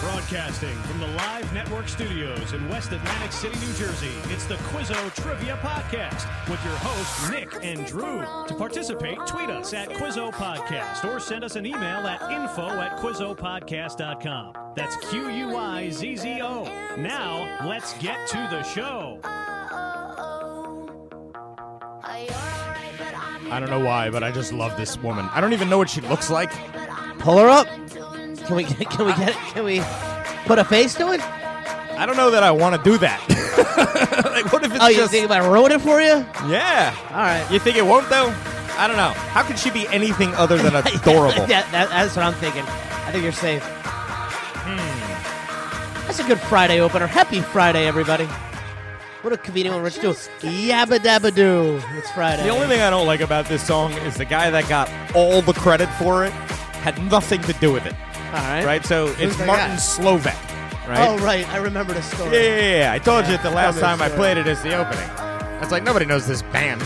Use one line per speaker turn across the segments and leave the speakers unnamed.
Broadcasting from the Live Network Studios in West Atlantic City, New Jersey, it's the Quizzo Trivia Podcast with your hosts, Nick and Drew. To participate, tweet us at Quizzo Podcast or send us an email at info at QuizzoPodcast.com. That's Q U I Z Z O. Now, let's get to the show.
I don't know why, but I just love this woman. I don't even know what she looks like.
Pull her up. Can we can we get it? Can we put a face to it?
I don't know that I want to do that. like, what if it's
Oh, you
just
think about ruining it for you?
yeah?
All right.
You think it won't though? I don't know. How could she be anything other than adorable?
yeah, that, that's what I'm thinking. I think you're safe. Hmm. That's a good Friday opener. Happy Friday, everybody. What a convenient one, Rich. Do yabba dabba doo. It's Friday.
The only thing I don't like about this song is the guy that got all the credit for it had nothing to do with it,
All right.
right? So it's
that
Martin
guy?
Slovak, right?
Oh, right. I remember the story.
Yeah, yeah, yeah, yeah. I told you it the last
Other
time I
story.
played it as the opening. It's like nobody knows this band,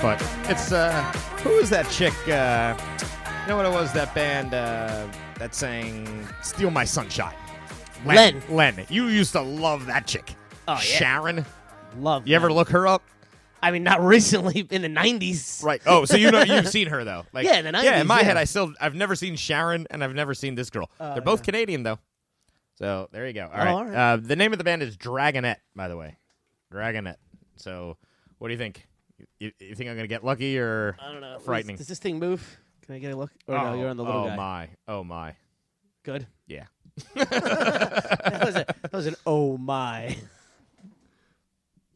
but it's uh, who is that chick? Uh, you know what it was? That band uh, that sang "Steal My Sunshine." Len, you used to love that chick.
Oh, yeah.
Sharon.
Love.
You ever
that.
look her up?
I mean, not recently, in the 90s.
Right. Oh, so you know you've seen her though. Like,
Yeah, in the
Yeah, in
90s,
my
yeah.
head, I still I've never seen Sharon and I've never seen this girl. They're both Canadian though. So there you go. All right.
Oh, all right.
Uh, the name of the band is Dragonette, by the way. Dragonette. So, what do you think? You, you think I'm gonna get lucky or
I don't know. Is-
frightening?
Does, this thing move? Can I get a look? Or
oh,
no, you're on the little
oh
guy.
my. Oh my.
Good.
Yeah.
That was, a, that was an oh my.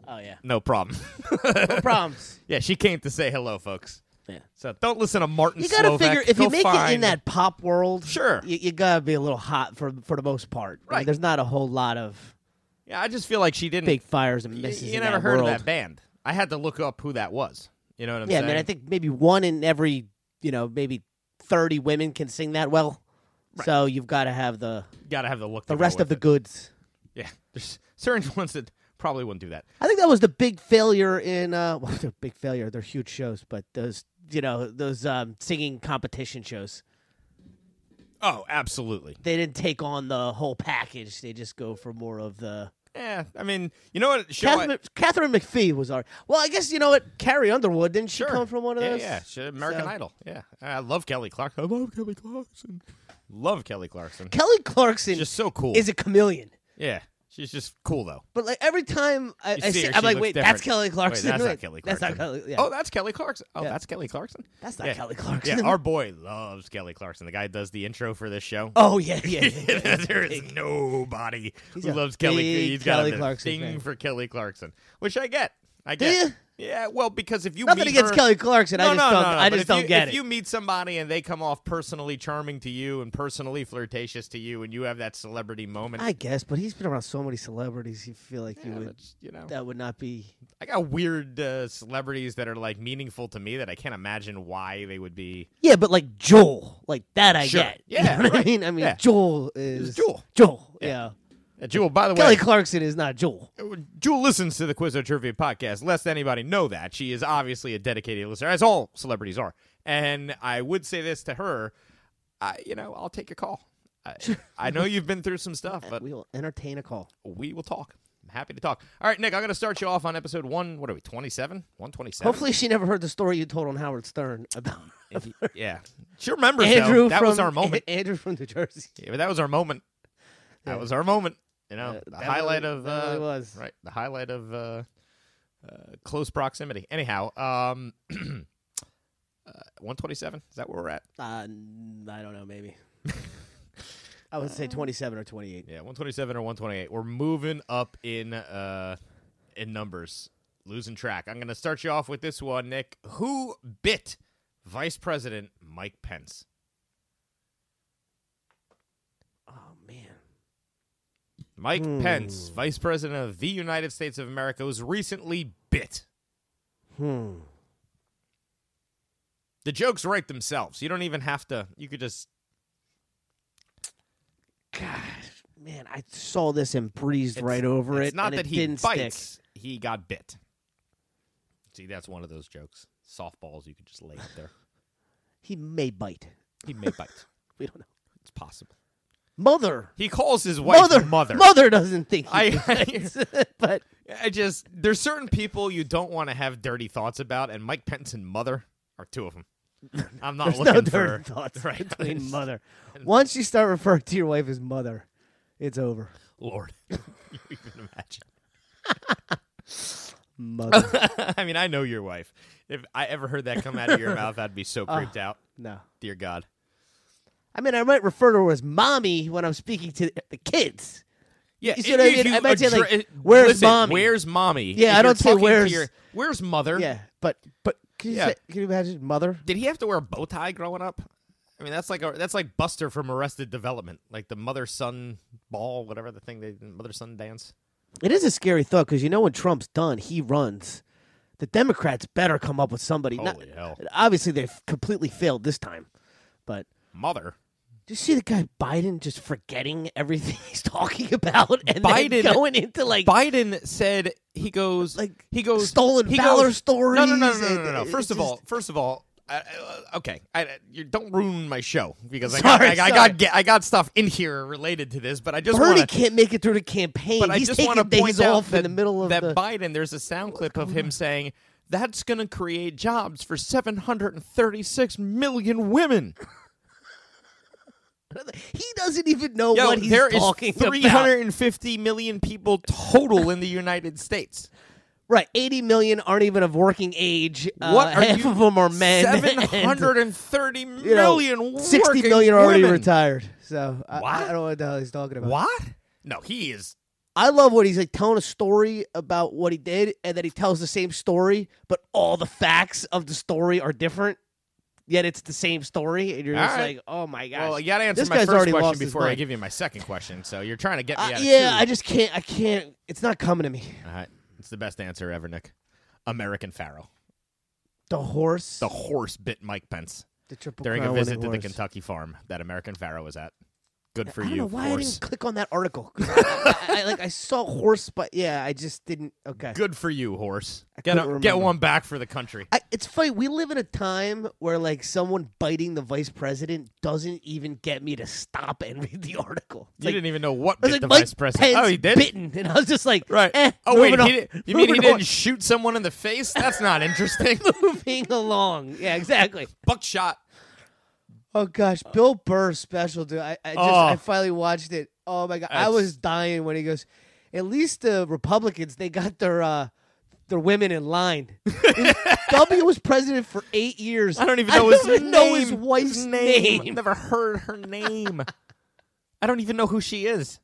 Oh yeah.
No problem.
No problems.
yeah, she came to say hello, folks.
Yeah.
So don't listen to Martin.
You gotta
Slovak.
figure if
Go
you make it in
find-
that pop world,
Sure.
you, you gotta be a little hot for for the most part. I mean,
Right.
there's not a whole lot of
Yeah, I just feel like she didn't
big fires and
Y-
misses.
You
in
never
that
heard
world.
of that band. I had to look up who that was. You know what I'm
Yeah, I
saying?
mean, I think maybe one in every you know maybe thirty women can sing that well. So you've got to have the
got to have the look.
the
to go
rest
with
of the goods.
it. Yeah, there's certain ones that probably wouldn't do that.
I think that was the big failure in uh well, they're big failure. They're huge shows, but those you know those um, singing competition shows.
Oh, absolutely.
They didn't take on the whole package. They just go for more of the.
Yeah, I mean, you know what? Show
Catherine, Catherine McPhee was our. Well, I guess you know what Carrie Underwood didn't she
Sure.
come from one of
yeah,
those?
Yeah, she- American
So-
Idol. Yeah, I love Kelly Clarkson. I love Kelly Clarkson. Love Kelly Clarkson.
Kelly Clarkson
just so cool.
is a chameleon.
yeah, she's just cool though.
But like every time I,
You
I
see her,
I'm
she
like,
looks
wait,
different.
that's Kelly Clarkson.
Wait, that's
Wait,
not Kelly Clarkson.
That's not Kelly. Yeah.
Oh, that's Kelly Clarkson. Oh, that's Kelly Clarkson.
That's not
Yeah.
Kelly Clarkson.
Yeah, our boy loves Kelly Clarkson. The guy who does the intro for this show.
oh yeah, yeah. yeah.
there is nobody who
a
loves Kelly.
big
He's got
Kelly
a
Clarkson
thing
fan.
for Kelly Clarkson, which I get. I get.
you?
Yeah, well, because if you
Nothing
meet
against
her-
Kelly Clarkson. I
No,
just
no,
don't.
no, no,
I
but
just
if
don't
you,
get
if
it.
you meet somebody and they come off personally charming to you and personally flirtatious to you, and you have that celebrity moment,
I guess, but he's been around so many celebrities. You feel like you
yeah,
would.
that's, you know,
That would not be.
I got weird uh, celebrities that are like meaningful to me that I can't imagine why they would be.
Yeah, but like Joel, like that I
Sure.
get.
Yeah,
you know what
right.
I mean, I mean
Yeah.
Joel is
Joel.
Joel, yeah.
Uh, Jewel, by the
Kelly
way,
Clarkson is not Joel.
Jewel listens to the Quiz or Trivia podcast. Lest anybody know that she is obviously a dedicated listener, as all celebrities are. And I would say this to her: I, you know, I'll take a call. I, I know you've been through some stuff, but
we will entertain a call.
we will talk. I'm happy to talk. All right, Nick, I'm going to start you off on episode one. What are we? Twenty-seven? One twenty-seven?
Hopefully, she never heard the story you told on Howard Stern about
yeah. She remembers. though.
Andrew.
that
from,
was our moment.
A- Andrew from New Jersey.
Yeah, but that was our moment. That was our moment. You know,
Yeah,
the
that
highlight
really-
of
that
uh,
really was.
right. The highlight of uh, uh, close proximity. Anyhow, um, uh, one twenty-seven. Is that where we're at?
Uh, n- I don't know, maybe. I would say twenty-seven or twenty-eight.
Yeah, one twenty-seven or one twenty-eight. We're moving up in uh, in numbers, losing track. I'm going to start you off with this one, Nick. Who bit Vice President Mike Pence?
Oh man,
Mike
Hmm.
Pence, Vice President of the United States of America, was recently bit.
hmm.
The jokes write themselves. You don't even have to. You could just.
Gosh, man, I saw this and breezed right over
it's
it.
not
and
that
it
he
didn't
bites.
Stick.
He got bit. See, that's one of those jokes. Softballs you could just lay up there.
He may bite.
He may bite.
We don't know.
It's possible.
Mother.
He calls his wife
mother.
mother.
Mother doesn't think. He
I-
thinks that, but
I just there's certain people you don't want to have dirty thoughts about, and Mike Pence and mother are two of them. I'm not
there's
looking
no
for
dirty thoughts
right,
between mother. Once you start referring to your wife as mother, it's over.
Lord. you even imagine.
Mother.
I mean, I know your wife. If I ever heard that come out of your mouth, I'd be so
Ah.
creeped out.
no.
Dear God.
I mean, I might refer to her as mommy when I'm speaking to the kids.
Yeah,
You see what I
if
mean?
you
I might say, like,
addre-
"Where's
listen,
mommy?"
Where's mommy?
Yeah,
If
I
you're
don't say,
talking to
"Where's-"
your- where's mother?
Yeah, but but can you
Yeah.
say- can you imagine mother?
Did he have to wear a bow tie growing up? I mean, that's like a, that's like Buster from Arrested Development, like the mother son ball, whatever the thing they mother son dance.
It is a scary thought because you know when Trump's done, he runs. The Democrats better come up with somebody. Not-
Holy hell.
Obviously, they've completely failed this time. But
Mother.
do you see the guy Biden just forgetting everything he's talking about and then
Biden-
going into like
Biden said he goes
Like,
he goes
stolen
he
valor
goes,
stories
No, no, no, no, no,
and-
no, no.
it-
First
it
of all, first of all, I, I- okay, I, you don't ruin my show because
Sorry,
I got I, I
sorry.
got get, I got stuff in here related to this, but I just
Bernie
want to.
can't make it through the campaign.
But I
he's
just
taking
want to point
days
out
off
that,
in the middle of
that
the. Oh.
Biden. There's a sound clip of him saying that's going to create jobs for 736 million women.
he doesn't even know
Yo,
what he's
there is
talking about.
350 million people total in the United States.
Right, eighty million aren't even of working age. Uh,
What are
half
you-
of them are men. and,
Seven hundred and thirty
you know,
million.
Sixty
working
million are already
women.
retired. So I,
What?
I don't know what the hell he's talking about.
What? No, he is.
I love what he's like telling a story about what he did, and then he tells the same story, but all the facts of the story are different. Yet it's the same story, and you're
All
just
right.
like, "Oh my gosh!"
Well, you got to answer
This
my
guy's
first
already
question
lost his
before I
mind.
give you my second question. So you're trying to get me
Uh,
out of
yeah,
two.
I just can't. I can't. It's not coming to me.
All right. It's the best answer ever, Nick. American Pharaoh.
The horse,
The horse bit Mike Pence
the triple
during a
crown
visit to
winning
the
horse.
Kentucky farm that American Pharaoh was at. Good for
I don't
you,
know why I
horse.
didn't click on that article. I, I- like I saw horse, but yeah, I just didn't. Okay,
Good for you, horse.
I
Get,
couldn't
a, get
remember.
one back for the country.
I, it's funny. We live in a time where like someone biting the vice president doesn't even get me to stop and read the article. It's
you
like,
didn't even know what
I was
bit
like,
the
Mike
vice president.
Pence
oh, he did.
bitten, and I was just like,
Right.
eh,
oh wait,
moving
he
on-
didn't, you mean he
moving
didn't
on,
shoot someone in the face? That's not interesting.
moving along? Yeah, exactly.
Buckshot.
Oh gosh, Bill Burr special, dude. I, I just
Uh, Oh.
I finally watched it. Oh my god, I
That's-
was dying when he goes. At least the Republicans they got their uh their women in line. w was president for eight years.
I don't even know, his,
don't even know his
name.
wife's
His
name.
I've never heard her name. I don't even know who she is.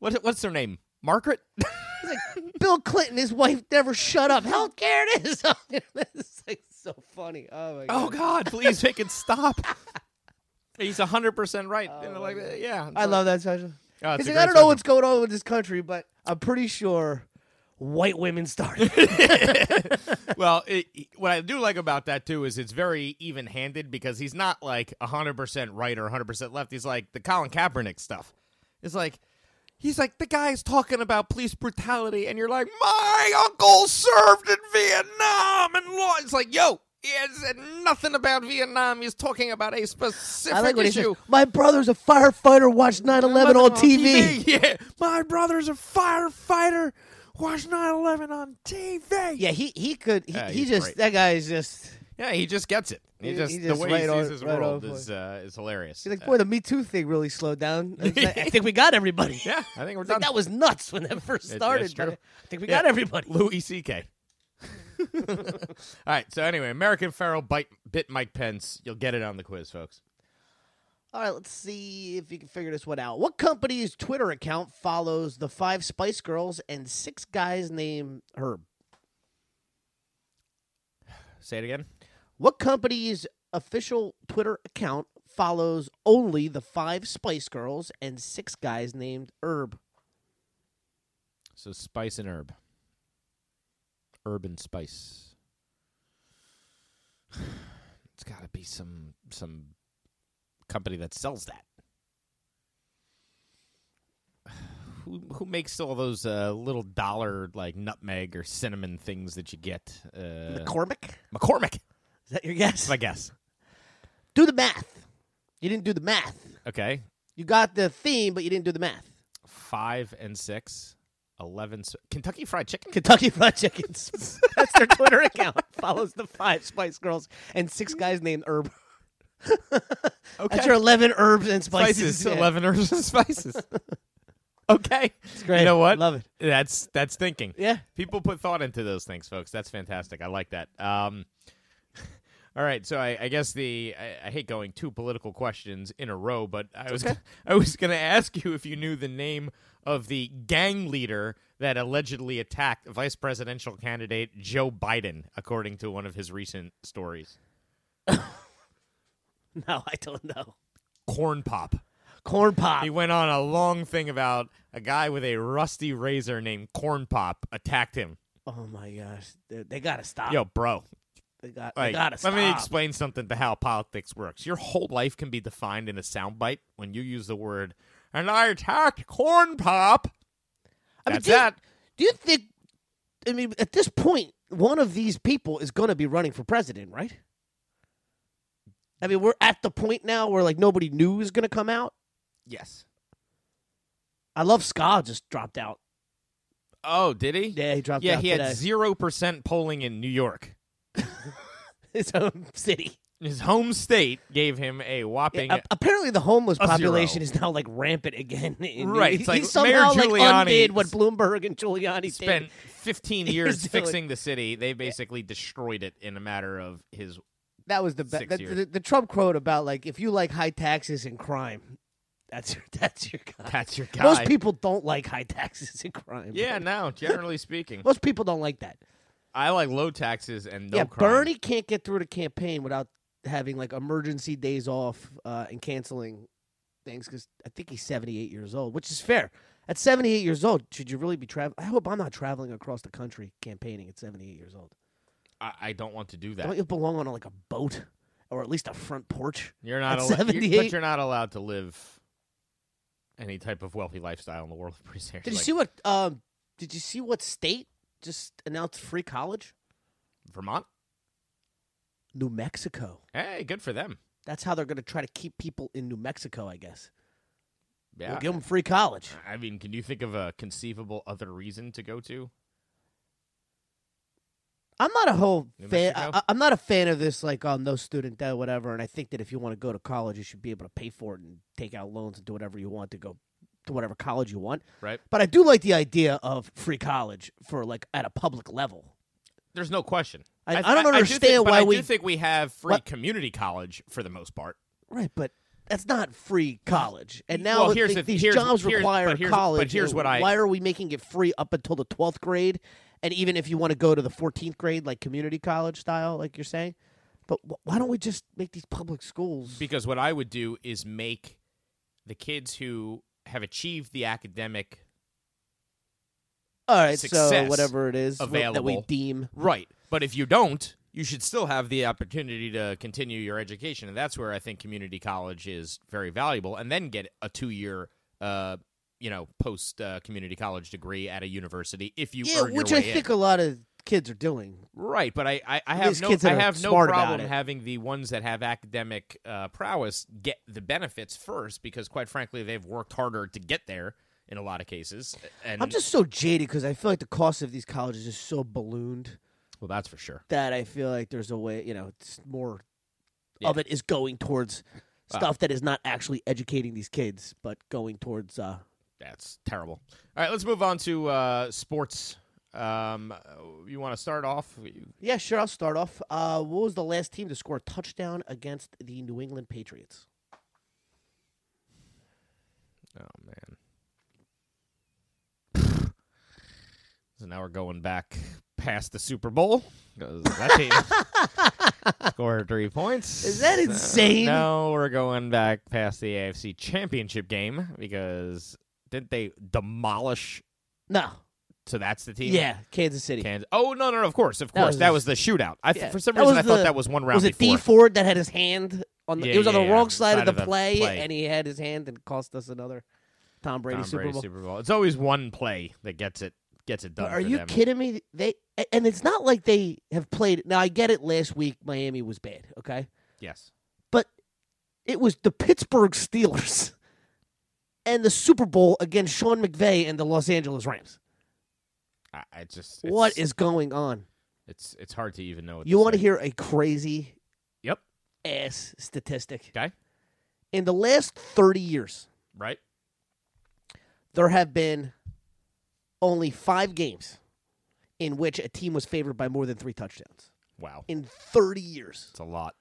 What, what's her name? Margaret?
It's like Bill Clinton, his wife never shut up. Health care it is. it's like so funny. Oh my god.
oh, God, please make it stop. Oh, He's 100% right. You know, like, yeah.
I love that special.
Oh, it's
He's
a
like,
great
I don't know
special.
what's going on with this country, but I'm pretty sure white women started. it.
Well, it, e, what I do like about that, too, is it's very even handed because he's not like 100% right or 100% left. He's like the Colin Kaepernick stuff. It's like. He's like, the guy's talking about police brutality, and you're like, my uncle served in Vietnam and law. It's like, yo, he has said nothing about Vietnam. He's talking about a specific
I like what he says.
issue.
My brother's a firefighter. Watched 9/11 on TV.
Yeah. My brother's a firefighter. Watch 9 11 on TV.
Yeah, he he could. He,
Yeah,
he
he's
just
great.
that guy is just.
Yeah, he just gets it. He
He-
just,
he
the
just
way he
right
sees
on-
his
right
world
on
is uh, is hilarious.
He's like,
Uh,
boy, the Me Too thing really slowed down. It's like, I think we got everybody.
yeah, I think we're
It's
done.
like, that was nuts when that first
It-
started.
that's true.
but I think we
Yeah.
got everybody.
Louis C.K. All right, so anyway, American Pharaoh bite, bit Mike Pence. You'll get it on the quiz, folks.
All right, let's see if you can figure this one out. What company's Twitter account follows the five Spice Girls and six guys named Herb?
Say it again.
What company's official Twitter account follows only the five Spice Girls and six guys named Herb?
So spice and herb. Herb and spice. It's got to be some some company that sells that. Who who makes all those uh, little dollar like nutmeg or cinnamon things that you get? Uh,
McCormick?
McCormick,
Is that your guess?
my guess.
do the math. You didn't do the math.
Okay,
You got the theme, but you didn't do the math.
Five and six. 11. s- Kentucky Fried Chicken?
Kentucky Fried Chickens. That's their Twitter account. Follows the five Spice Girls and six guys named Herb. That's your eleven herbs and spices.
spices.
Yeah.
Eleven herbs and spices. okay, it's
great.
You know what?
Love it.
That's that's thinking.
Yeah.
people put thought into those things, folks. That's fantastic. I like that. Um, all right, so I, I guess the I, I hate going two political questions in a row, but I was I was going to ask you if you knew the name of the gang leader that allegedly attacked vice presidential candidate Joe Biden, according to one of his recent stories.
No, I don't know.
Corn Pop.
Corn pop.
He went on a long thing about a guy with a rusty razor named Corn Pop attacked him.
Oh my gosh, Dude, they gotta stop.
Yo, bro.
they, got, they
Like,
Ah. gotta
let
stop.
me explain something to how politics works. Your whole life can be defined in a soundbite when you use the word, and I attacked Corn Pop.
I mean,
That's
do you-
that.
Do you think? I mean, at this point, one of these people is gonna be running for president, right? I mean, we're at the point now where like nobody new is gonna come out.
Yes.
I love Ska just dropped out.
Oh, did he?
Yeah, he dropped
Yeah,
out
he
today.
had zero percent polling in New York.
his own city.
His home state gave him a whopping.
A- apparently, the homeless
A zero.
population is now like rampant again. in New-
Right,
he,
it's like
he somehow
Mayor
like
Giuliani
undid what Bloomberg and Giuliani did.
spent 15 years
doing-
fixing the city. They basically destroyed it in a matter of his
That was the best.
Six
The,
years.
the, the Trump quote about like if you like high taxes and crime, that's your that's your guy.
That's your guy.
Uh, Most people don't like high taxes and crime.
Yeah,
but
no. Generally speaking,
most people don't like that.
I like low taxes and no
yeah,
crime.
Bernie can't get through the campaign without having like emergency days off uh, and canceling things because I think he's seventy eight years old, which is fair. At seventy eight years old, should you really be traveling? I hope I'm not traveling across the country campaigning at seventy eight years old.
I, I don't want to do that.
Don't you belong on like a boat or at least a front porch?
You're not
At
allowed. You're, but
78?
you're not allowed to live any type of wealthy lifestyle in the world. Pretty serious.
Did you
Like,
see what? Um, did you see what state just announced free college?
Vermont?
New Mexico.
Hey, good for them.
That's how they're going to try to keep people in New Mexico, I guess.
Yeah.
We'll give them free college.
I mean, can you think of a conceivable other reason to go to?
I'm not a whole
New
fan. I,
Mexico?
I- I'm not a fan of this, like, oh, no student debt, whatever. And I think that if you want to go to college, you should be able to pay for it and take out loans and do whatever you want to go to whatever college you want.
Right.
But I do like the idea of free college for like at a public level.
There's no question.
I-
th-
I don't
do
understand
think- but
why
I do
we-
think we have free
What-
community college for the most part.
Right, but that's not free college. And now
Well,
I
here's
think
the-
these
here's-
jobs
here's-
require
but here's- but
college.
here's
and
what I-
Why are we making it free up until the twelfth grade? And even if you want to go to the fourteenth grade, like community college style, like you're saying, but wh- why don't we just make these public schools?
Because what I would do is make the kids who have achieved the academic
All right, so
success
whatever it is wh- that we
available.
deem
Right. But if you don't, you should still have the opportunity to continue your education. And that's where I think community college is very valuable. And then get a two year, uh, you know, post uh, community college degree at a university if you
yeah,
earn
which
your
I
way in.
think a lot of kids are doing.
Right, but I, I, I
These
have no
kids
I
that are
have no
smart about
problem
it.
having the ones that have academic uh, prowess get the benefits first because quite frankly they've worked harder to get there in a lot of cases. And
I'm just so jaded because I feel like the cost of these colleges is so ballooned
well, that's for sure.
that I feel like there's a way, you know, it's more
Yeah.
of it is going towards
Wow.
stuff that is not actually educating these kids, but going towards uh
That's terrible. All right, let's move on to uh, sports. Um, you want to start off? Oh,
Yeah, sure, I'll start off. Uh what was the last team to score a touchdown against the New England Patriots?
Oh man, so now we're going back past the Super Bowl 'cause that team scored three points.
Is that insane?
no, we're going back past the AFC Championship game because didn't they demolish?
No.
So that's the team.
Yeah, Kansas City.
Kansas. Oh no, no, no! Of course, of
That
course,
was
that
a-
was the shootout. I
Yeah.
for some
That
reason I
was
thought
the-
that was one round
was it
before.
D Ford that had his hand on the
Yeah,
he was on the
yeah, yeah,
wrong
on the
side,
side
of the,
of the
play,
play.
and he had his hand and cost us another Tom Brady
Tom
Super
Brady
Bowl.
Super Bowl. It's always one play that gets it gets it done.
Are
for
you
them.
kidding me? They a- and it's not like they have played. Now I get it. Last week Miami was bad, okay,
Yes.
but it was the Pittsburgh Steelers and the Super Bowl against Sean McVay and the Los Angeles Rams.
I, I just it's,
What is going on?
it's it's hard to even know. What
You
want to
hear a crazy
Yep.
ass statistic?
Okay.
In the last 30 years,
Right.
there have been only five games in which a team was favored by more than three touchdowns.
Wow.
In 30 years.
It's a lot.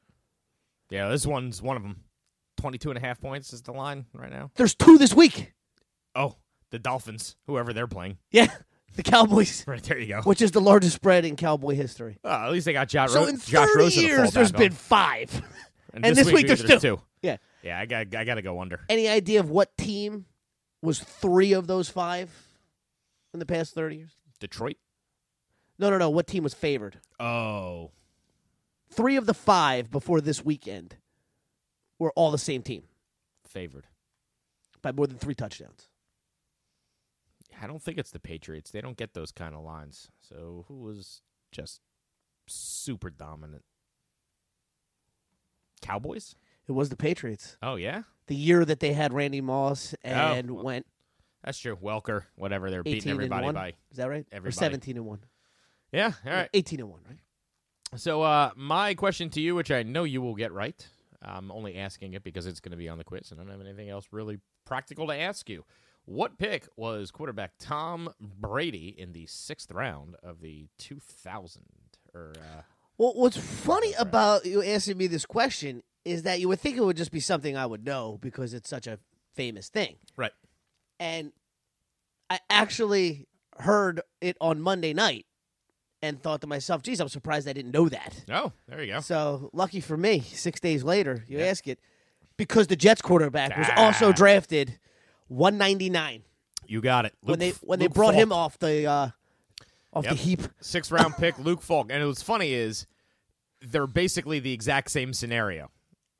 Yeah, this one's one of them. 22 and a half points is the line right now.
There's two this week.
Oh, the Dolphins, whoever they're playing.
Yeah. The Cowboys,
Right there, you go.
which is the largest spread in Cowboy history.
Oh, at least they got Josh.
So in
Josh
30
Rosen to fall
years, there's
back
been
on.
five. and this week there's two. Yeah.
Yeah, I got I got to go under.
Any idea of what team was three of those five in the past 30 years?
Detroit.
No, no, no. What team was favored?
Oh,
Three of the five before this weekend were all the same team
favored.
by more than three touchdowns.
I don't think it's the Patriots. They don't get those kind of lines. So who was just super dominant? Cowboys?
It was the Patriots.
Oh yeah,
The year that they had Randy Moss and
well,
went
that's true. Welker, whatever they're
18
Oh, beating
and
everybody
1.
by.
Is that right? Or
everybody.
17 and 1.
Yeah. All right.
18 and 1, right?
So, uh, my question to you, which I know you will get right, I'm only asking it because it's going to be on the quiz, and I don't have anything else really practical to ask you. What pick was quarterback Tom Brady in the sixth round of the 2000? Or uh,
Well, what's funny about you asking me this question is that you would think it would just be something I would know because it's such a famous thing.
right,
And I actually heard it on Monday night and thought to myself, geez, I'm surprised I didn't know that.
oh, there you go.
So lucky for me, six days later, you
Yeah.
ask it because the Jets quarterback was
Ah.
also drafted 199
You got it. Luke
when they
F-
when they
Luke
brought him
Falk.
off the uh, off
Yep.
the heap.
sixth round pick, Luke Falk. And what's funny is they're basically the exact same scenario,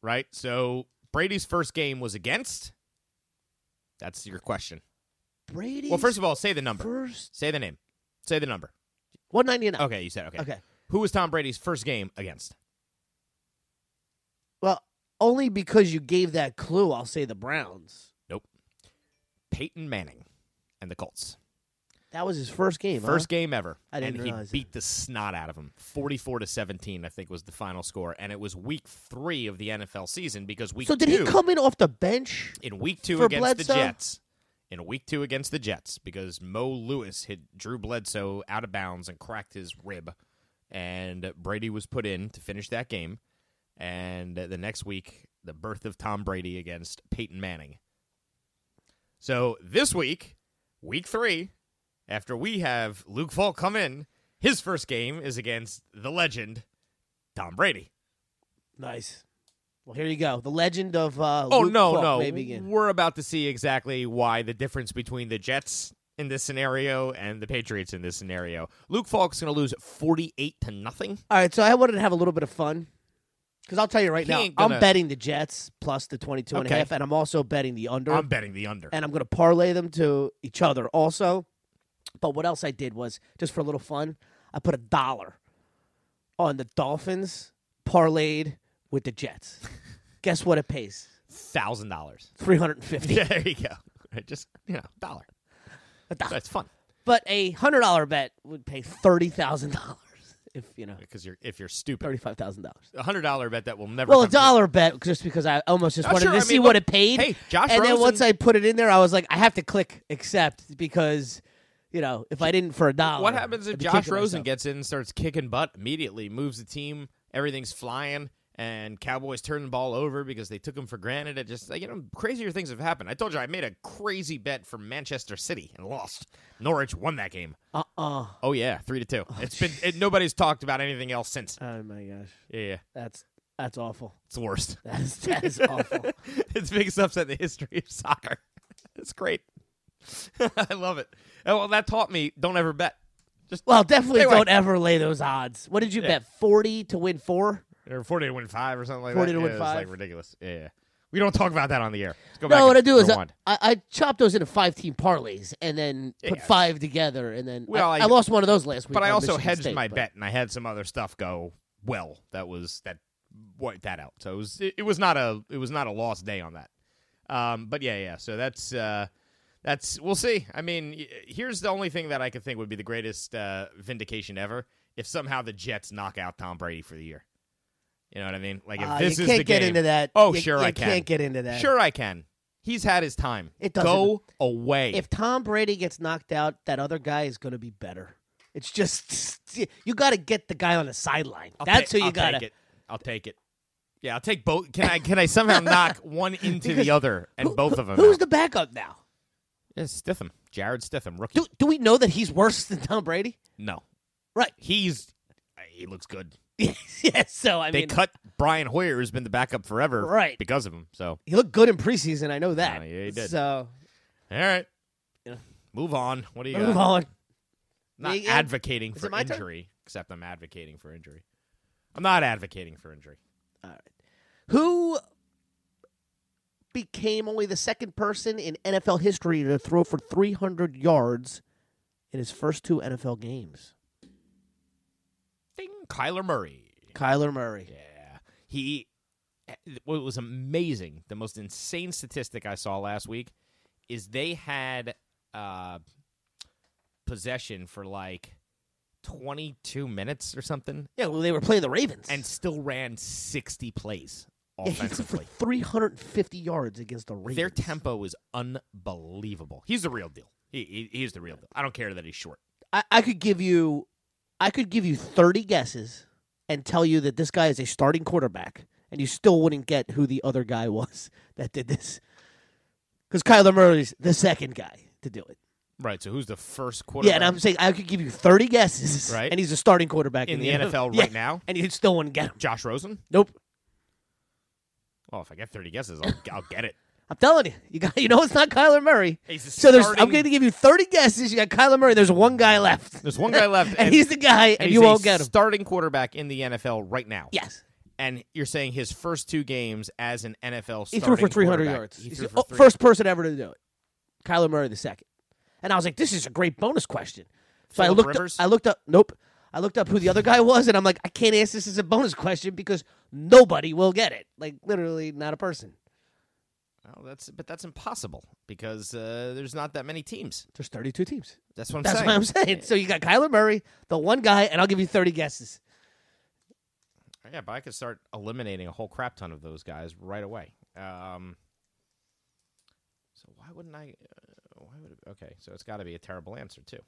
right? So Brady's first game was against. That's your question.
Brady.
Well, first of all, say the number.
first
Say the name. Say the number.
199.
Okay, you said Oh, okay.
Okay.
Who was Tom Brady's first game against?
Well, only because you gave that clue, I'll say the Browns.
Peyton Manning and the Colts.
That was his first game.
First game ever.
I didn't
and he
realize that.
beat the snot out of him. 44 to 17, I think was the final score, and it was week 3 of the NFL season because
Huh?
week
So did
2
he come in off the bench?
in week 2
for
against
Bledsoe?
the Jets. In week 2 against the Jets because Mo Lewis hit Drew Bledsoe out of bounds and cracked his rib and Brady was put in to finish that game. And the next week, the birth of Tom Brady against Peyton Manning. So this week, week three, after we have Luke Falk come in, his first game is against the legend, Tom Brady.
Nice. Well, here you go. The legend of uh,
Oh,
Luke
no,
Falk
no.
may begin.
We're about to see exactly why the difference between the Jets in this scenario and the Patriots in this scenario. Luke Falk's going to lose 48 to nothing.
All right, so I wanted to have a little bit of fun because I'll tell you right
He
now,
ain't gonna-
I'm betting the Jets plus the 22 and a
Okay.
half, and I'm also betting the under,
I'm betting the under.
and I'm going to parlay them to each other also. But what else I did was just for a little fun, I put a dollar on the Dolphins parlayed with the Jets. Guess what it pays?
$1,000.
Three hundred and fifty.
Yeah, there you go. Right, Just you know, dollar. That's fun
But a hundred dollar bet would pay thirty thousand dollars. If you know,
because you're if you're stupid,
thirty five thousand dollars.
a hundred dollar bet that will never.
Well, a
come through.
dollar bet just because I almost just
Oh,
wanted
sure,
to
I
see
mean,
what
look,
it paid.
hey, Josh
and then
Rosen-
once I put it in there, I was like, I have to click accept because you know if I didn't for a dollar,
What happens if
I'd be
Josh
kicking
Rosen
myself.
gets in and starts kicking butt immediately, moves the team, everything's flying, and Cowboys turn the ball over because they took him for granted? It just like, you know, crazier things have happened. I told you I made a crazy bet for Manchester City and lost. Norwich won that game.
Uh uh
Oh yeah, three to two. It's been it, nobody's talked about anything else since.
Oh my gosh,
Yeah, yeah,
that's that's awful.
it's the worst.
That's that is awful.
it's the biggest upset in the history of soccer. It's great. I love it. And well, that taught me don't ever bet. Just
Well, definitely
Anyway.
don't ever lay those odds. What did you bet? Forty to win four?
or forty to win five or something like
40
that.
to
Yeah,
win
it's,
five.
like ridiculous. Yeah, yeah. we don't talk about that on the air. Let's go back.
No, what I
and
do is I,
rewind.
I, I chop those into five team parlays and then put
Yeah.
five together, and then
Well,
I,
I-
I lost one of those last week.
but I
on
also
Michigan
hedged
State,
my
but-
bet and I had some other stuff go well. That was that wiped that out. So it was it, it was not a it was not a lost day on that. Um, but yeah, yeah. So that's uh, that's we'll see. I mean, y- here's the only thing that I could think would be the greatest uh, vindication ever if somehow the Jets knock out Tom Brady for the year. You know what I mean? Like if
Uh,
this
you
is
can't
the
get
game-
into that.
Oh,
You-
sure
you
I can.
can't get into that.
Sure I can. He's had his time.
It doesn't-
go away.
If Tom Brady gets knocked out, that other guy is going to be better. It's just you got to get the guy on the sideline.
I'll
That's
ta-
who you
I'll
got
Take
to.
it. I'll take it. Yeah, I'll take both. Can I? Can I somehow knock one into
Because
the other and both of them?
Who's
out?
the backup now?
Yeah, Stitham, Jared Stitham, rookie.
Do do we know that he's worse than Tom Brady?
No,
Right.
he's uh, he looks good.
yes. So I
they
mean,
cut Brian Hoyer, who's been the backup forever,
Right.
Because of him. So
he looked good in preseason. I know that.
Yeah, Oh, yeah, he did.
So
all right,
Yeah.
move on. What do you
move
got?
on.
Not
Me again?
advocating
Is
for
it my turn?
injury, except I'm advocating for injury. I'm not advocating for injury.
Who became only the second person in NFL history to throw for 300 yards in his first two NFL games?
Ding, Kyler Murray.
Kyler Murray.
Yeah. He what was amazing, the most insane statistic I saw last week is they had uh possession for like 22 minutes or something
Yeah, well, they were playing the Ravens.
and still ran 60 plays
yeah, he threw for
offensively.
350 yards against the Ravens.
Their tempo is unbelievable. He's the real deal. He, he he's the real deal. I don't care that he's short.
I, I could give you, I could give you 30 guesses and tell you that this guy is a starting quarterback, and you still wouldn't get who the other guy was that did this, because Kyler Murray's the second guy to do it.
Right. So who's the first quarterback
Yeah, and I'm saying I could give you 30 guesses,
Right.
And he's a starting quarterback
in
in,
the NFL
Yeah,
right now?
and you still wouldn't get him.
Josh Rosen?
Nope.
Well, if I get 30 guesses, I'll, I'll get it.
I'm telling you, you got, you know, it's not Kyler Murray.
He's a
So there's, I'm
starting-
going to give you 30 guesses. You got Kyler Murray. There's one guy left,
There's one guy left,
and, he's the guy, and,
he's
you
a
won't get him.
Starting quarterback in the NFL right now.
yes.
and you're saying his first two games as an NFL
He
starting
threw for 300
quarterback,
yards. "Oh,
He
He's
threw
the
for
o-
three-
first person ever to do it. Kyler Murray the second. And I was like, this is a great bonus question. So I
Phillip
looked
Rivers?
up I looked up nope. I looked up who the other guy was and I'm like, I can't answer this as a bonus question because nobody will get it. Like literally not a person.
Well, Oh, that's but that's impossible because uh, there's not that many teams.
There's 32 teams.
That's what I'm
That's
saying.
what I'm saying. So you got Kyler Murray, the one guy, and I'll give you 30 guesses.
Yeah, but I could start eliminating a whole crap ton of those guys right away. Um, so why wouldn't I? Uh, why would it, okay? So it's got to be a terrible answer too.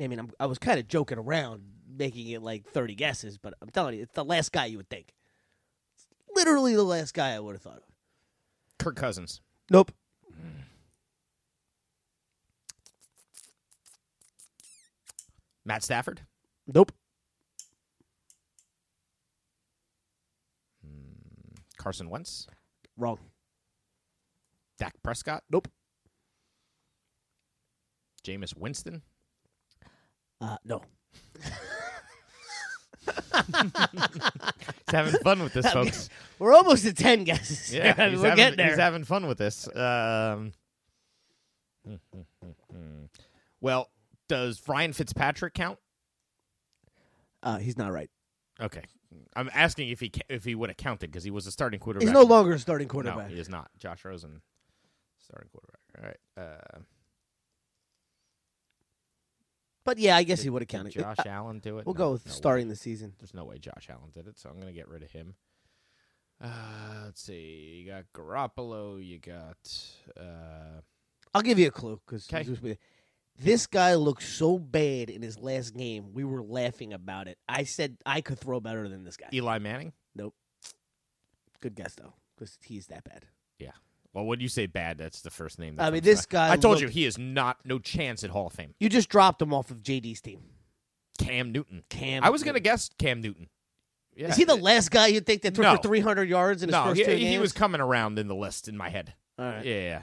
I mean, I'm, I was kind of joking around making it like 30 guesses, but I'm telling you, it's the last guy you would think. It's literally the last guy I would have thought of.
Kirk Cousins.
Nope.
Matt Stafford.
Nope.
Carson Wentz.
Wrong.
Dak Prescott.
Nope.
Jameis Winston.
Uh, no.
He's having fun with this, folks.
We're almost at 10 guesses.
Yeah,
I mean,
he's
we're
having,
getting there.
He's having fun with this. Um, well, does Ryan Fitzpatrick count?
uh, he's not right.
Okay, I'm asking if he ca- if he would have counted because he was a starting quarterback.
He's no longer a starting
No,
quarterback.
he is not. Josh Rosen, starting quarterback. All right. Uh,
But yeah, I guess he would have
did
counted.
Josh
Uh,
Allen do it.
we'll
No,
go with
no way.
starting the season.
There's no way Josh Allen did it, so I'm gonna get rid of him. Uh, let's see. You got Garoppolo. You got. Uh,
I'll give you a clue because
'Kay.
this guy looked so bad in his last game. We were laughing about it. I said I could throw better than this guy.
Eli Manning.
Good guess, though, because he's that bad.
Well, when you say bad, that's the first name. That
I mean,
comes
this
to
guy
mind. I told you
looked-
he is not no chance at Hall of Fame.
You just dropped him off of JD's team.
Cam Newton.
Cam.
I was gonna
Newton.
guess Cam Newton. Yeah.
Is he the last guy you think that threw
No.
for 300 yards in his
No,
first
he,
two
he
games?
was coming around in the list in my head.
All right.
Yeah, yeah,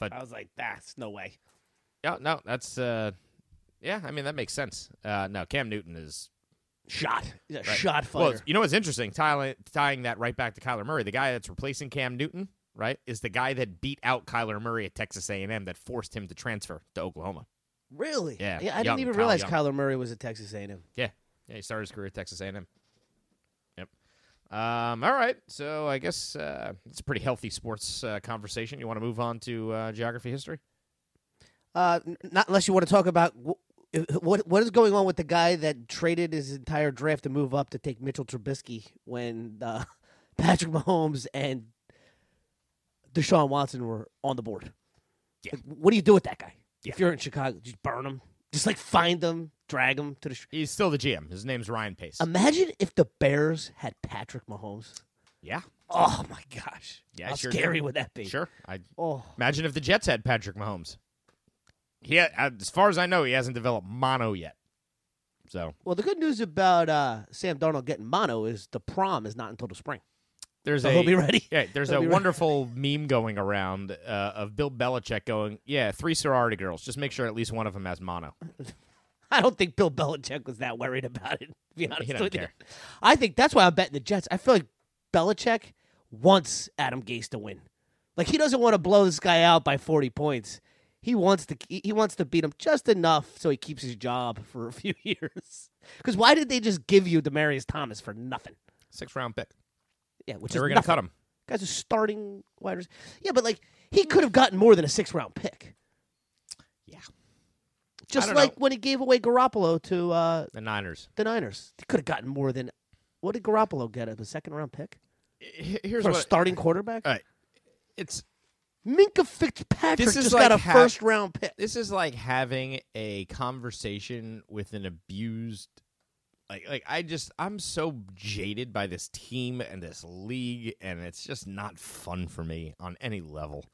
but-
I was like, that's no way.
yeah. No, that's uh, yeah. I mean, that makes sense. Uh, no, Cam Newton is
Shot. He's a
Right.
shot
well.
fighter.
it's- You know what's interesting? Tying, tying that right back to Kyler Murray, the guy that's replacing Cam Newton, right, is the guy that beat out Kyler Murray at Texas A and M that forced him to transfer to Oklahoma.
Really?
Yeah,
I
young,
didn't even
Kyle
realize
Young.
Kyler Murray was at Texas A&M.
Yeah, yeah. He started his career at Texas A and M. Yep. Um, all right, so I guess uh, it's a pretty healthy sports uh, conversation. You want to move on to uh, geography history?
Uh, n- not unless you want to talk about wh- if- what what is going on with the guy that traded his entire draft to move up to take Mitchell Trubisky when uh, Patrick Mahomes and Deshaun Watson were on the board.
Yeah.
Like, what do you do with that guy?
Yeah.
If you're in Chicago, just burn him. Just like find him, drag him to the. Sh-
He's still the GM. His name's Ryan Pace.
Imagine if the Bears had Patrick Mahomes.
yeah,
Oh my gosh!
Yeah,
how
sure do.
scary would that be?
sure. I
Oh,
imagine if the Jets had Patrick Mahomes. He, ha- as far as I know, he hasn't developed mono yet. So
well, the good news about uh, Sam Darnold getting mono is the prom is not until the spring.
there's
So
a
he'll be ready.
Yeah, there's
He'll
a
be ready.
wonderful meme going around uh, of Bill Belichick going, "Yeah, three sorority girls. Just make sure at least one of them has mono."
I don't think Bill Belichick was that worried about it. To be honest
don't
with
care.
you, I think that's why I'm betting the Jets. I feel like Belichick wants Adam Gase to win. Like he doesn't want to blow this guy out by 40 points. He wants to he he wants to beat him just enough so he keeps his job for a few years. Because why did they just give you Demarius Thomas for nothing?
Six round pick.
Yeah, which
They
is
were going to
nothing.
cut him.
Guys are starting wide receivers. Yeah, but like he could have gotten more than a six round pick.
Yeah.
Just
don't
like
know.
when he gave away Garoppolo to uh,
The Niners.
the Niners. They could have gotten more than what did Garoppolo get? A second round pick
Here's
for a
what Uh,
starting quarterback.
All right. it's
Minka Fitzpatrick
This is
just got
like
a
ha-
first round pick.
this is like having a conversation with an abused like like I just I'm so jaded by this team and this league and it's just not fun for me on any level.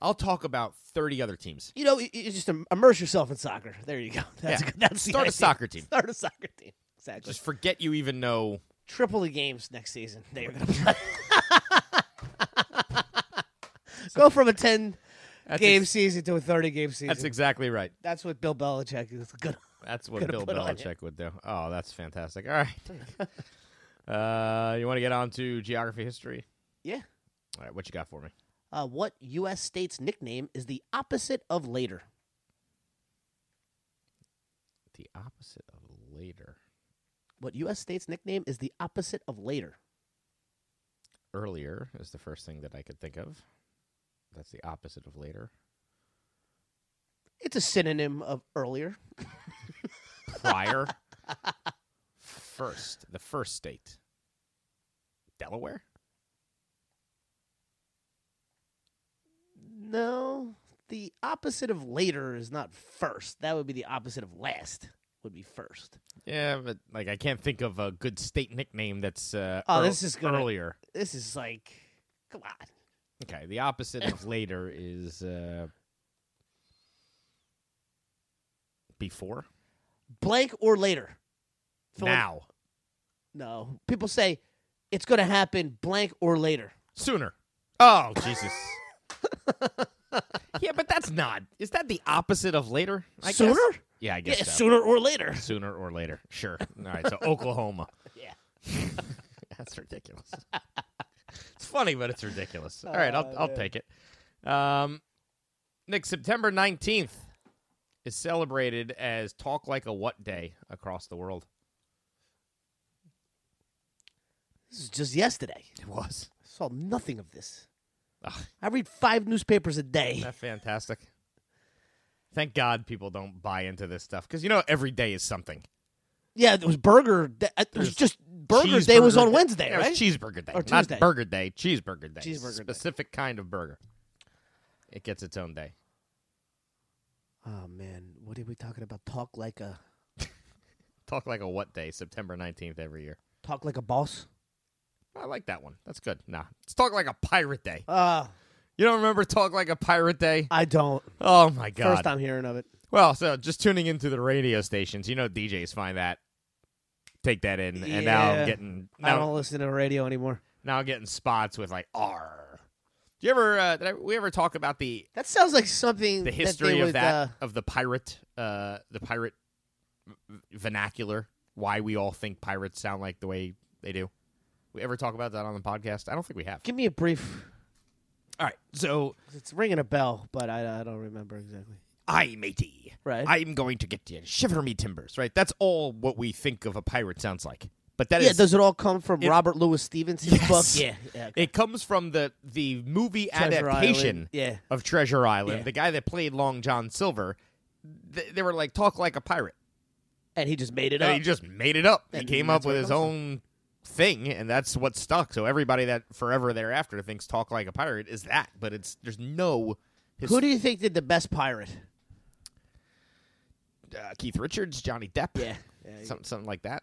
I'll talk about 30 other teams.
You know, you, you just im- immerse yourself in soccer. There you go. That's
Yeah.
good. That's the
Start a
idea.
soccer team.
Start a soccer team. Exactly.
Just forget you even know
triple the games next season. They are gonna play. go from a ten game
ex-
season to a thirty game season.
That's exactly right.
That's what Bill Belichick is good.
That's what
Coulda
Bill
put on it.
Belichick would do. Oh, that's fantastic. All right. uh, you want to get on to geography history?
Yeah.
All right, what you got for me?
Uh, what U.S. state's nickname is the opposite of later?
The opposite of later.
What U.S. state's nickname is the opposite of later?
earlier is the first thing that I could think of. That's the opposite of later.
It's a synonym of earlier.
Prior. first. The first state. Delaware?
No, the opposite of later is not first. That would be the opposite of last. Would be first.
Yeah, but like I can't think of a good state nickname that's uh
Oh,
earl-
this is gonna-
earlier.
This is like, come on.
Okay, the opposite of later is uh before?
blank or later. Phil-
now.
No. People say it's going to happen blank or later.
Sooner. Oh, Jesus. yeah, but that's not. Is that the opposite of later? I guess.
sooner?
Yeah, I
Yeah,
guess so.
sooner or later.
sooner or later. Sure. All right. So Oklahoma.
Yeah.
That's ridiculous. it's funny, but it's ridiculous. All right, I'll I'll take it. Um, Nick, September nineteenth is celebrated as Talk Like a What Day across the world.
This is just yesterday.
It was.
I saw nothing of this.
Ugh.
I read five newspapers a day.
Isn't that fantastic? Thank God people don't buy into this stuff because you know every day is something.
Yeah, it was burger. Day. It was
There's
just burger day was
Cheeseburger
on
Day.
Wednesday,
Yeah, it was
right?
Cheeseburger day,
Or
not
Tuesday.
burger day. Cheeseburger day.
Cheeseburger Day.
Specific kind of burger. It gets its own day.
Oh man, what are we talking about? Talk like a
Talk like a what day? September nineteenth every year.
talk like a boss.
I like that one. That's good. Nah, it's talk like a pirate day.
Uh,
You don't remember talk like a pirate day?
I don't.
Oh my
First
god!
time hearing of it.
Well, so just tuning into the radio stations, you know DJs find that, take that in, and now
Yeah.
I'm getting
I
now,
don't listen to the radio anymore.
now I'm getting spots with like R. Do you ever? Uh, did I, we ever talk about the
That sounds like something
the
that they
history of
would,
that
uh,
of the pirate uh the pirate v- vernacular why we all think pirates sound like the way they do we ever talk about that on the podcast i don't think we have
give me a brief
all right so
It's ringing a bell, but I, I don't remember exactly.
i matey
Right.
i'm going to get you shiver me timbers right that's all what we think of a pirate sounds like But that is
yeah, does it all come from
it-
Robert Louis Stevenson's
Yes.
book? Yeah, yeah.
It comes from the the movie
Treasure
adaptation
Island, yeah.
of Treasure Island.
Yeah.
The guy that played Long John Silver, th- they were like talk like a pirate,
and he just made it
and
up.
he just made it up. he
Uh, And
came up
that's where
with his
it comes from.
own thing, and that's what stuck. So everybody that forever thereafter thinks talk like a pirate is that, but it's there's no. His,
Who do you think did the best pirate?
uh, Keith Richards, Johnny Depp,
Yeah. Yeah, you-
something something like that.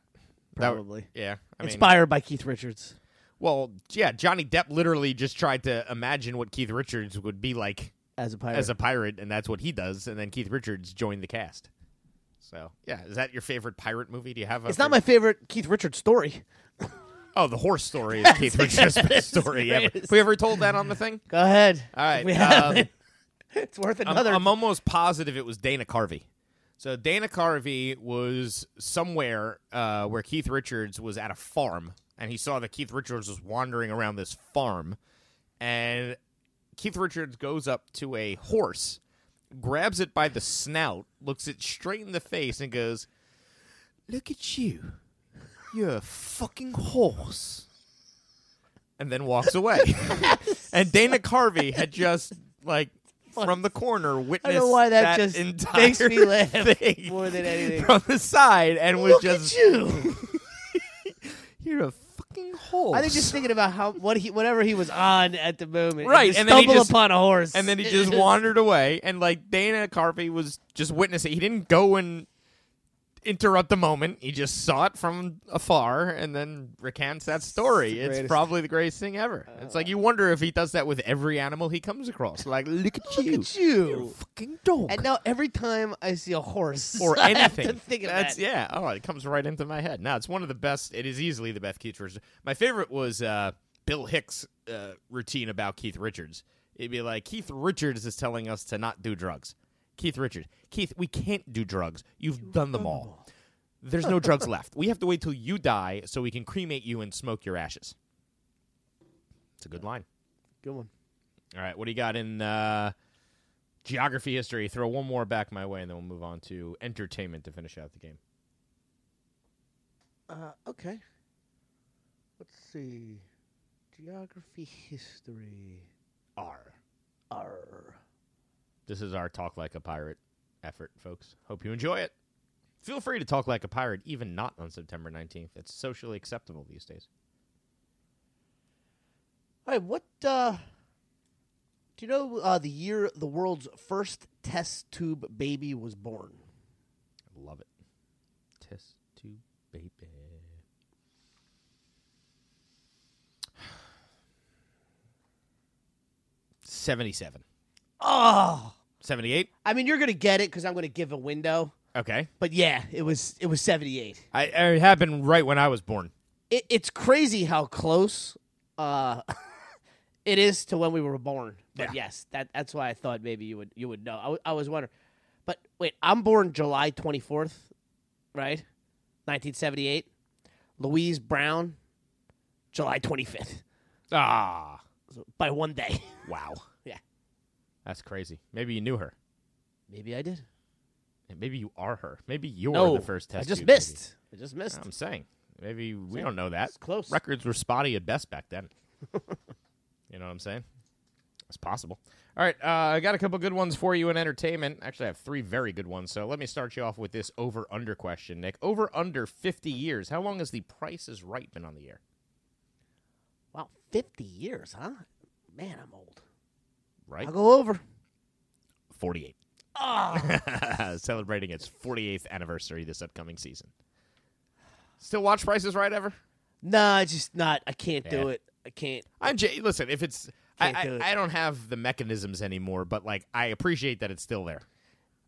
That would-
Probably.
yeah. I mean,
Inspired by Keith Richards.
well, yeah. Johnny Depp literally just tried to imagine what Keith Richards would be like
As a pirate,
as a pirate, and that's what he does. And then Keith Richards joined the cast. So yeah, is that your favorite pirate movie? Do you have? A
it's not my favorite Keith Richards story.
Oh, the horse story is Keith Richards' best story ever.
greatest.
Have we ever told that on the thing?
Go ahead.
All right,
We have
um,
it. It's worth
I'm,
another.
I'm almost positive it was Dana Carvey. So Dana Carvey was somewhere uh, where Keith Richards was at a farm, and he saw that Keith Richards was wandering around this farm, and Keith Richards goes up to a horse, grabs it by the snout, looks it straight in the face, and goes, "Look at you, you're a fucking horse," and then walks away. and Dana Carvey had just like from the corner witnessed
I don't know why that, just
entire
makes me laugh
thing
more than anything.
from the side and was
Look
just
at you.
you're a fucking horse.
I think just thinking about how what he whatever he was on at the moment,
Right,
And,
and then he
stumble
just-
upon a horse,
and then he just wandered away and like Dana Carvey was just witnessing. He didn't go and interrupt the moment. He just saw it from afar and then recants that story.
the
It's,
greatest.
probably the greatest thing ever. it's like you wonder if he does that with every animal he comes across. Like look at
Look
you.
at you.
You're a fucking dog.
And now every time I see a horse
or
I have to
anything.
think of
That's
that.
yeah. Oh, it comes right into my head. Now it's one of the best. It is easily the best Keith Richards. My favorite was uh, Bill Hicks' uh, routine about Keith Richards. It'd be like Keith Richards is telling us to not do drugs. Keith Richards, Keith, we can't do drugs. You've done them all. There's no drugs left. We have to wait till you die so we can cremate you and smoke your ashes. It's a good line.
Good one.
All right, what do you got in uh, geography history? Throw one more back my way, and then we'll move on to entertainment to finish out the game.
Uh, okay. Let's see. Geography, history.
R.
R.
This is our talk like a pirate effort, folks. Hope you enjoy it. Feel free to talk like a pirate, even not on September 19th. It's socially acceptable these days.
All right. What uh, do you know? Uh, the year the world's first test tube baby was born.
I love it. Test tube baby. Seventy-seven.
Oh,
Seventy-eight.
I mean, you're gonna get it because I'm gonna give a window.
Okay.
But yeah, it was it was 78.
I, it happened right when I was born.
It, it's crazy how close uh, it is to when we were born. But
Yeah.
yes, that that's why I thought maybe you would you would know. I, w- I was wondering. But wait, I'm born July 24th, right? 1978. Louise Brown, July 25th,
Ah.
so by one day.
Wow.
Yeah.
That's crazy. Maybe you knew her.
Maybe I did.
And Maybe you are her. Maybe you're
no,
the first test.
I just
tube baby.
missed. I just missed.
I'm saying. Maybe we don't know that.
It's close.
Records were spotty at best back then. you know what I'm saying? It's possible. All right, uh, I got a couple good ones for you in entertainment. Actually, I have three very good ones. So let me start you off with this over under question, Nick. Over under 50 years. How long has the Price is Right been on the air?
Wow, 50 years, huh? Man, I'm old.
Right,
I'll go over.
48.
Ah!
Celebrating its 48th anniversary this upcoming season. Still watch Price is Right ever?
No, it's just not. I can't
Yeah.
do it. I can't.
I'm j- listen. If it's I,
Can't do it.
I, I don't have the mechanisms anymore, but like I appreciate that it's still there.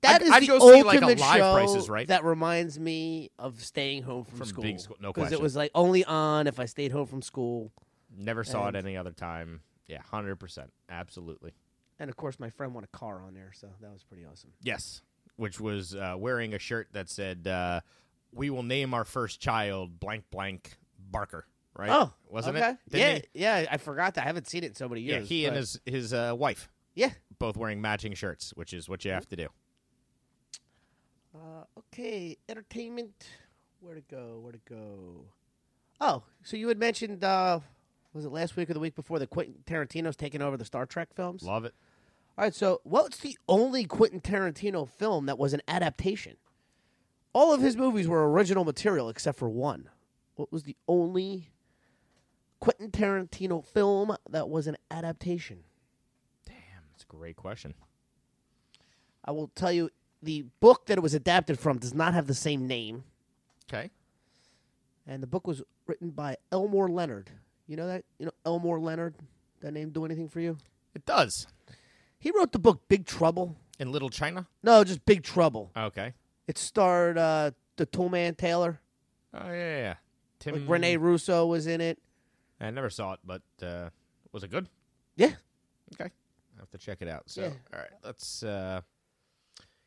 That
I'd-
is
I'd
the
go see,
ultimate
like, a live
show
Price is Right.
that reminds me of staying home from,
From
school.
being squ- no
it
question.
was like only on if I stayed home from school.
Never saw
And-
it any other time. Yeah, hundred percent, absolutely.
And of course, my friend won a car on there, so that was pretty awesome.
Yes, which was uh, wearing a shirt that said, uh, "We will name our first child blank blank Barker." Right?
Oh,
wasn't
okay.
it?
yeah,
Didn't
yeah. I forgot that. I haven't seen it in so many
he? yeah.
years.
He and
but-
his his uh, wife
yeah.
both wearing matching shirts, which is what you
Mm-hmm.
have to do.
Uh, okay, entertainment. Where to go? Where to go? Oh, so you had mentioned uh, was it last week or the week before that Quentin Tarantino's taking over the Star Trek films?
Love it.
All right, so what's the only Quentin Tarantino film that was an adaptation? All of his movies were original material except for one. What was the only Quentin Tarantino film that was an adaptation?
Damn, that's a great question.
I will tell you the book that it was adapted from does not have the same name,
Okay.
and the book was written by Elmore Leonard. You know that? You know Elmore Leonard? That name do anything for you?
It does.
He wrote the book Big Trouble.
In Little China?
No, just Big Trouble.
Okay.
It starred uh, the Toolman Taylor.
Oh, yeah, yeah, yeah. Tim.
Like Rene Russo was in it.
I never saw it, but uh, was it good?
Yeah.
Okay. I have to check it out. So,
Yeah.
all right, let's uh,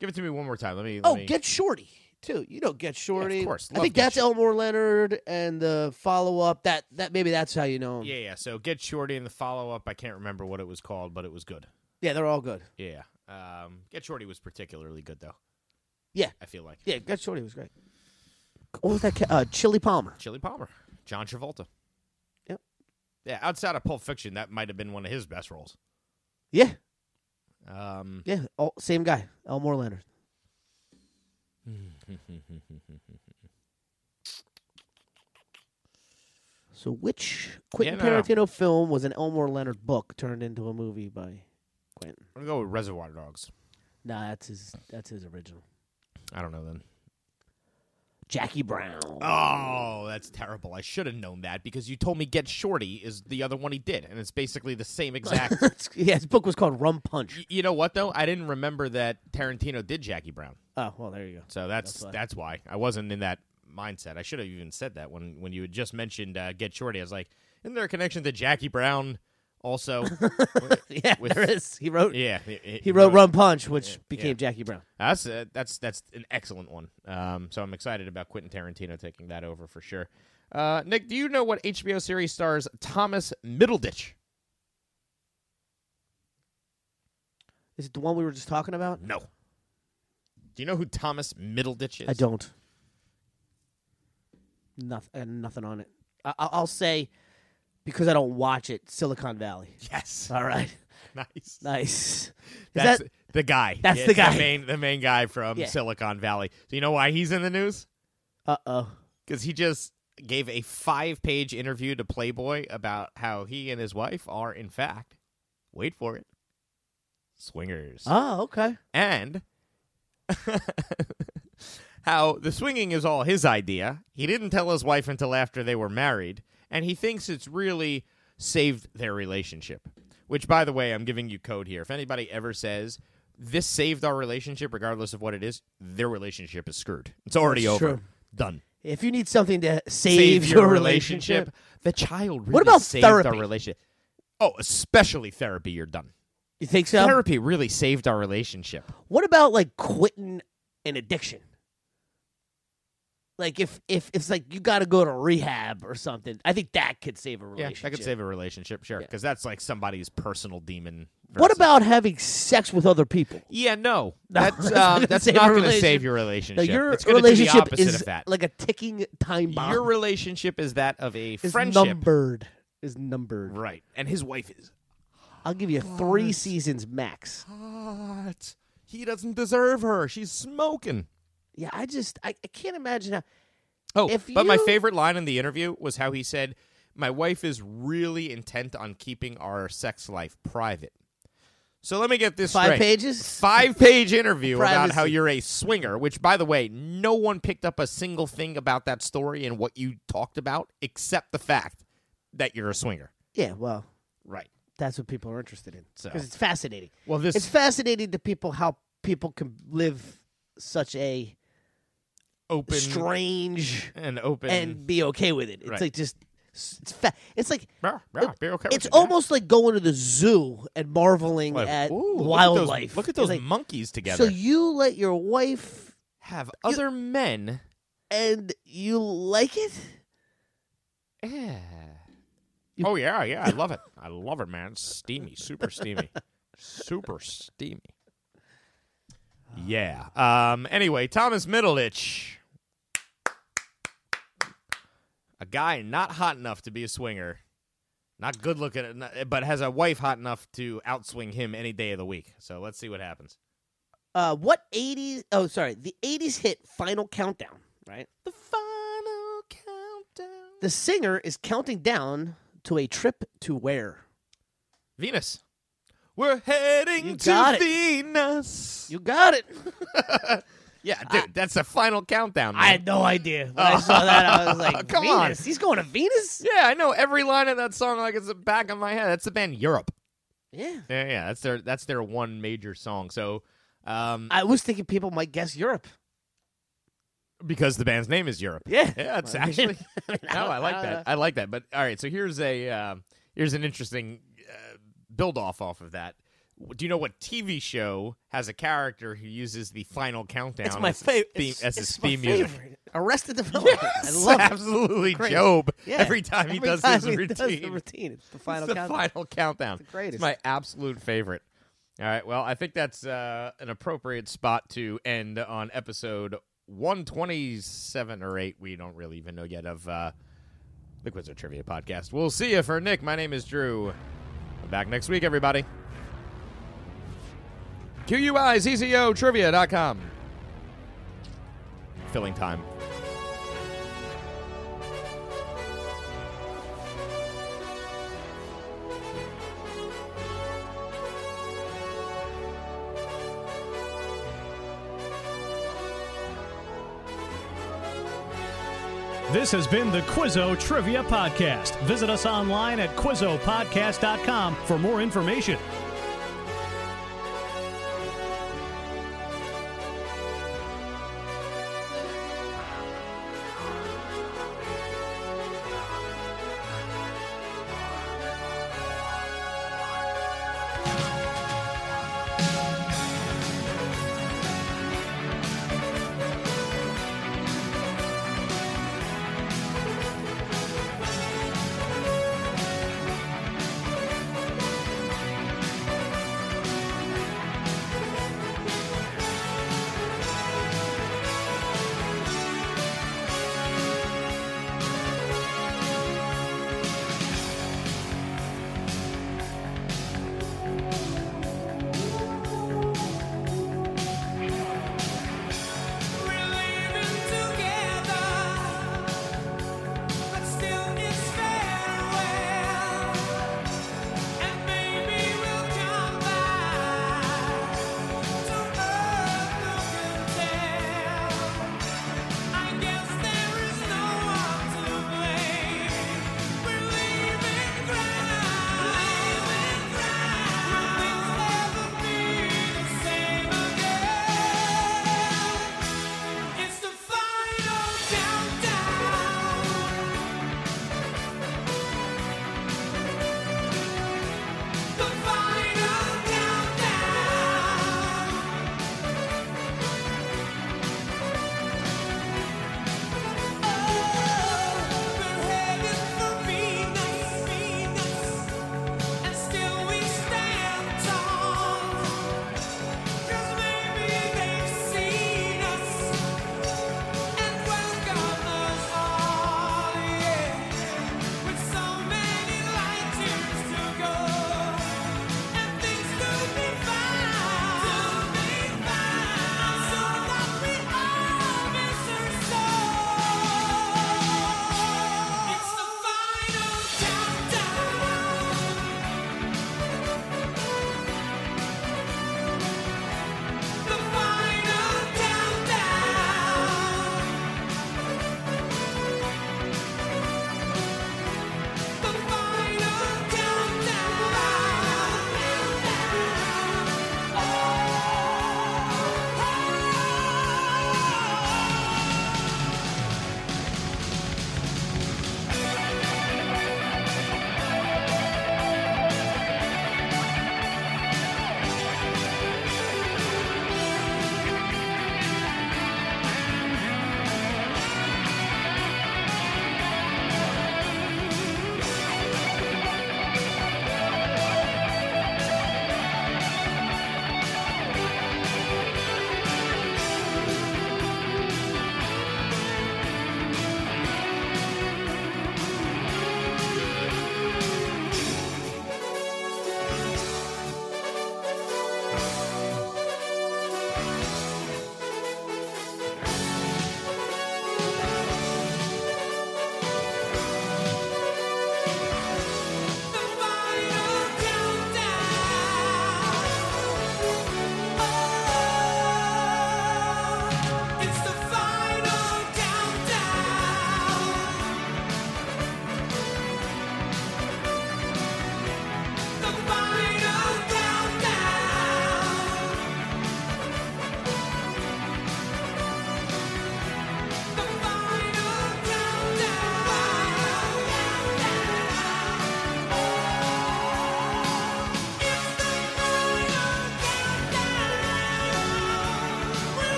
give it to me one more time. Let me. let
Oh,
me-
Get Shorty too. You know Get Shorty.
course.
I
Love
think
Get
that's Elmore Leonard and the follow up. That that maybe that's how you know him.
Yeah, yeah. So get Shorty in the follow up. I can't remember what it was called, but it was good.
Yeah, they're all good.
Yeah. Um, get Shorty was particularly good though.
Yeah.
I feel like.
Yeah, Get Shorty was great. What was that? ca- Uh, Chili Palmer.
Chili Palmer, John Travolta.
Yep.
Yeah. Outside of Pulp Fiction, that might have been one of his best roles.
Yeah,
Um,
yeah, all, same guy, Elmore Leonard. so, which Quentin
Yeah, no, no.
Tarantino film was an Elmore Leonard book turned into a movie by Quentin?
I'm gonna go with Reservoir Dogs.
Nah, that's his. That's his original.
I don't know then.
Jackie Brown.
Oh, that's terrible. I should have known that because you told me Get Shorty is the other one he did, and it's basically the same exact.
yeah, his book was called Rum Punch.
Y- you know what though? I didn't remember that Tarantino did Jackie Brown,
Oh, well, there you go.
so that's
That's
that's
why.
why, I wasn't in that mindset. I should have even said that when when you had just mentioned uh, Get Shorty. I was like, isn't there a connection to Jackie Brown also?
yeah,
With-
there is. He wrote.
yeah,
He wrote Rum Punch, which became
yeah.
Jackie Brown.
That's uh, that's that's an excellent one. Um, so I'm excited about Quentin Tarantino taking that over for sure. Uh, Nick, do you know what HBO series stars Thomas Middleditch?
Is it the one we were just talking about?
No. Do you know who Thomas Middleditch is?
I don't. Nothing. nothing on it. I- I'll I'll say because I don't watch it. Silicon Valley.
Yes.
All right.
nice.
Nice. Is
that's
that
the guy.
That's
Yeah,
the
it's
guy.
The main, the main guy from
Yeah.
Silicon Valley. So you know why he's in the news?
uh oh.
Because he just gave a five-page interview to Playboy about how he and his wife are, in fact, wait for it, swingers.
Oh okay.
and how the swinging is all his idea. He didn't tell his wife until after they were married, and he thinks it's really saved their relationship. Which, by the way, I'm giving you code here. If anybody ever says this saved our relationship, regardless of what it is, their relationship is screwed. It's already
That's
over.
true.
Done.
If you need something to save, your, relationship,
The child. Really
What about
saved our
therapy?
relationship? Oh, especially therapy. You're done.
you think so?
Therapy really saved our relationship.
What about like quitting an addiction? Like if if it's like you got to go to rehab or something, I think that could save a
Yeah,
relationship.
that could save a relationship, sure,
Yeah.
because that's like somebody's personal demon.
What
versus-
about having sex with other people?
Yeah, no,
No,
that's
that's
uh,
not
that's not
gonna save a
going to
relationship.
save your
Now,
relationship.
your
it's gonna do the
relationship
opposite
is
of that.
like a ticking time bomb.
your relationship is that of a
is
friendship,
numbered. Is numbered.
right? And his wife is
I'll give you three seasons max.
hot. He doesn't deserve her. She's smoking.
Yeah, I just I, I can't imagine how.
Oh,
If
but my
you-
favorite line in the interview was how he said, "My wife is really intent on keeping our sex life private." So let me get this
Five
straight.
pages.
five page interview about how
Privacy.
you're a swinger, which, by the way, no one picked up a single thing about that story and what you talked about except the fact that you're a swinger.
Yeah, well,
Right.
that's what people are interested in
So-
because it's fascinating.
Well, this
it's fascinating to people how people can live such a
open
strange
and open.
and be okay with it. It's
Right.
like just it's fa- it's like
Rah, rah, be okay with
it's
it, yeah.
almost like going to the zoo and marveling
Like,
at
ooh, look at those-
wildlife.
Look at
It's
those,
like,
monkeys together.
so you let your wife
have other men.
and you like it?
Yeah. Oh yeah, yeah, I love it. I love it, man. It's steamy, super steamy, super steamy. Yeah. Um. Anyway, Thomas Middleditch. a guy not hot enough to be a swinger, not good looking, not- but has a wife hot enough to outswing him any day of the week. So let's see what happens.
Uh, what '80s? Oh, sorry, the '80s hit "Final Countdown." Right,
The final countdown.
the singer is counting down to a trip to where?
Venus. We're heading
You
to
got it.
Venus.
You got it.
yeah, dude, that's the final countdown.
I
man.
had no idea when I saw that. I was like,
Come on.
Venus? He's going to Venus?
yeah, I know every line of that song like it's the back of my head. That's the band Europe.
Yeah.
Yeah, yeah, that's their that's their one major song. So, um,
I was thinking people might guess Europe.
because the band's name is Europe.
Yeah.
Yeah, it's
I mean,
actually.
I mean, I
no,
don't-
I like
I don't
that. I like that. But all right, so here's a uh, here's an interesting uh, build off off of that. Do you know what TV show has a character who uses the final countdown
It's my
as his
favorite.
theme,
It's,
as
it's
his
my
theme music?
favorite. Arrested Development. I
Yes,
love it.
absolutely
Great.
Job
Yeah.
every time he
Every
does
time
his
he
routine.
does the routine. It's the final
it's the
countdown.
final countdown.
It's the greatest.
It's my absolute favorite. All right. Well, I think that's uh, an appropriate spot to end on episode 127 or 8. We don't really even know yet of uh, the Quiz or Trivia podcast. We'll see you for Nick. My name is Drew. I'm back next week, everybody. QUIZZO trivia.com. Filling time.
This has been the Quizzo Trivia Podcast. Visit us online at QuizzoPodcast.com for more information.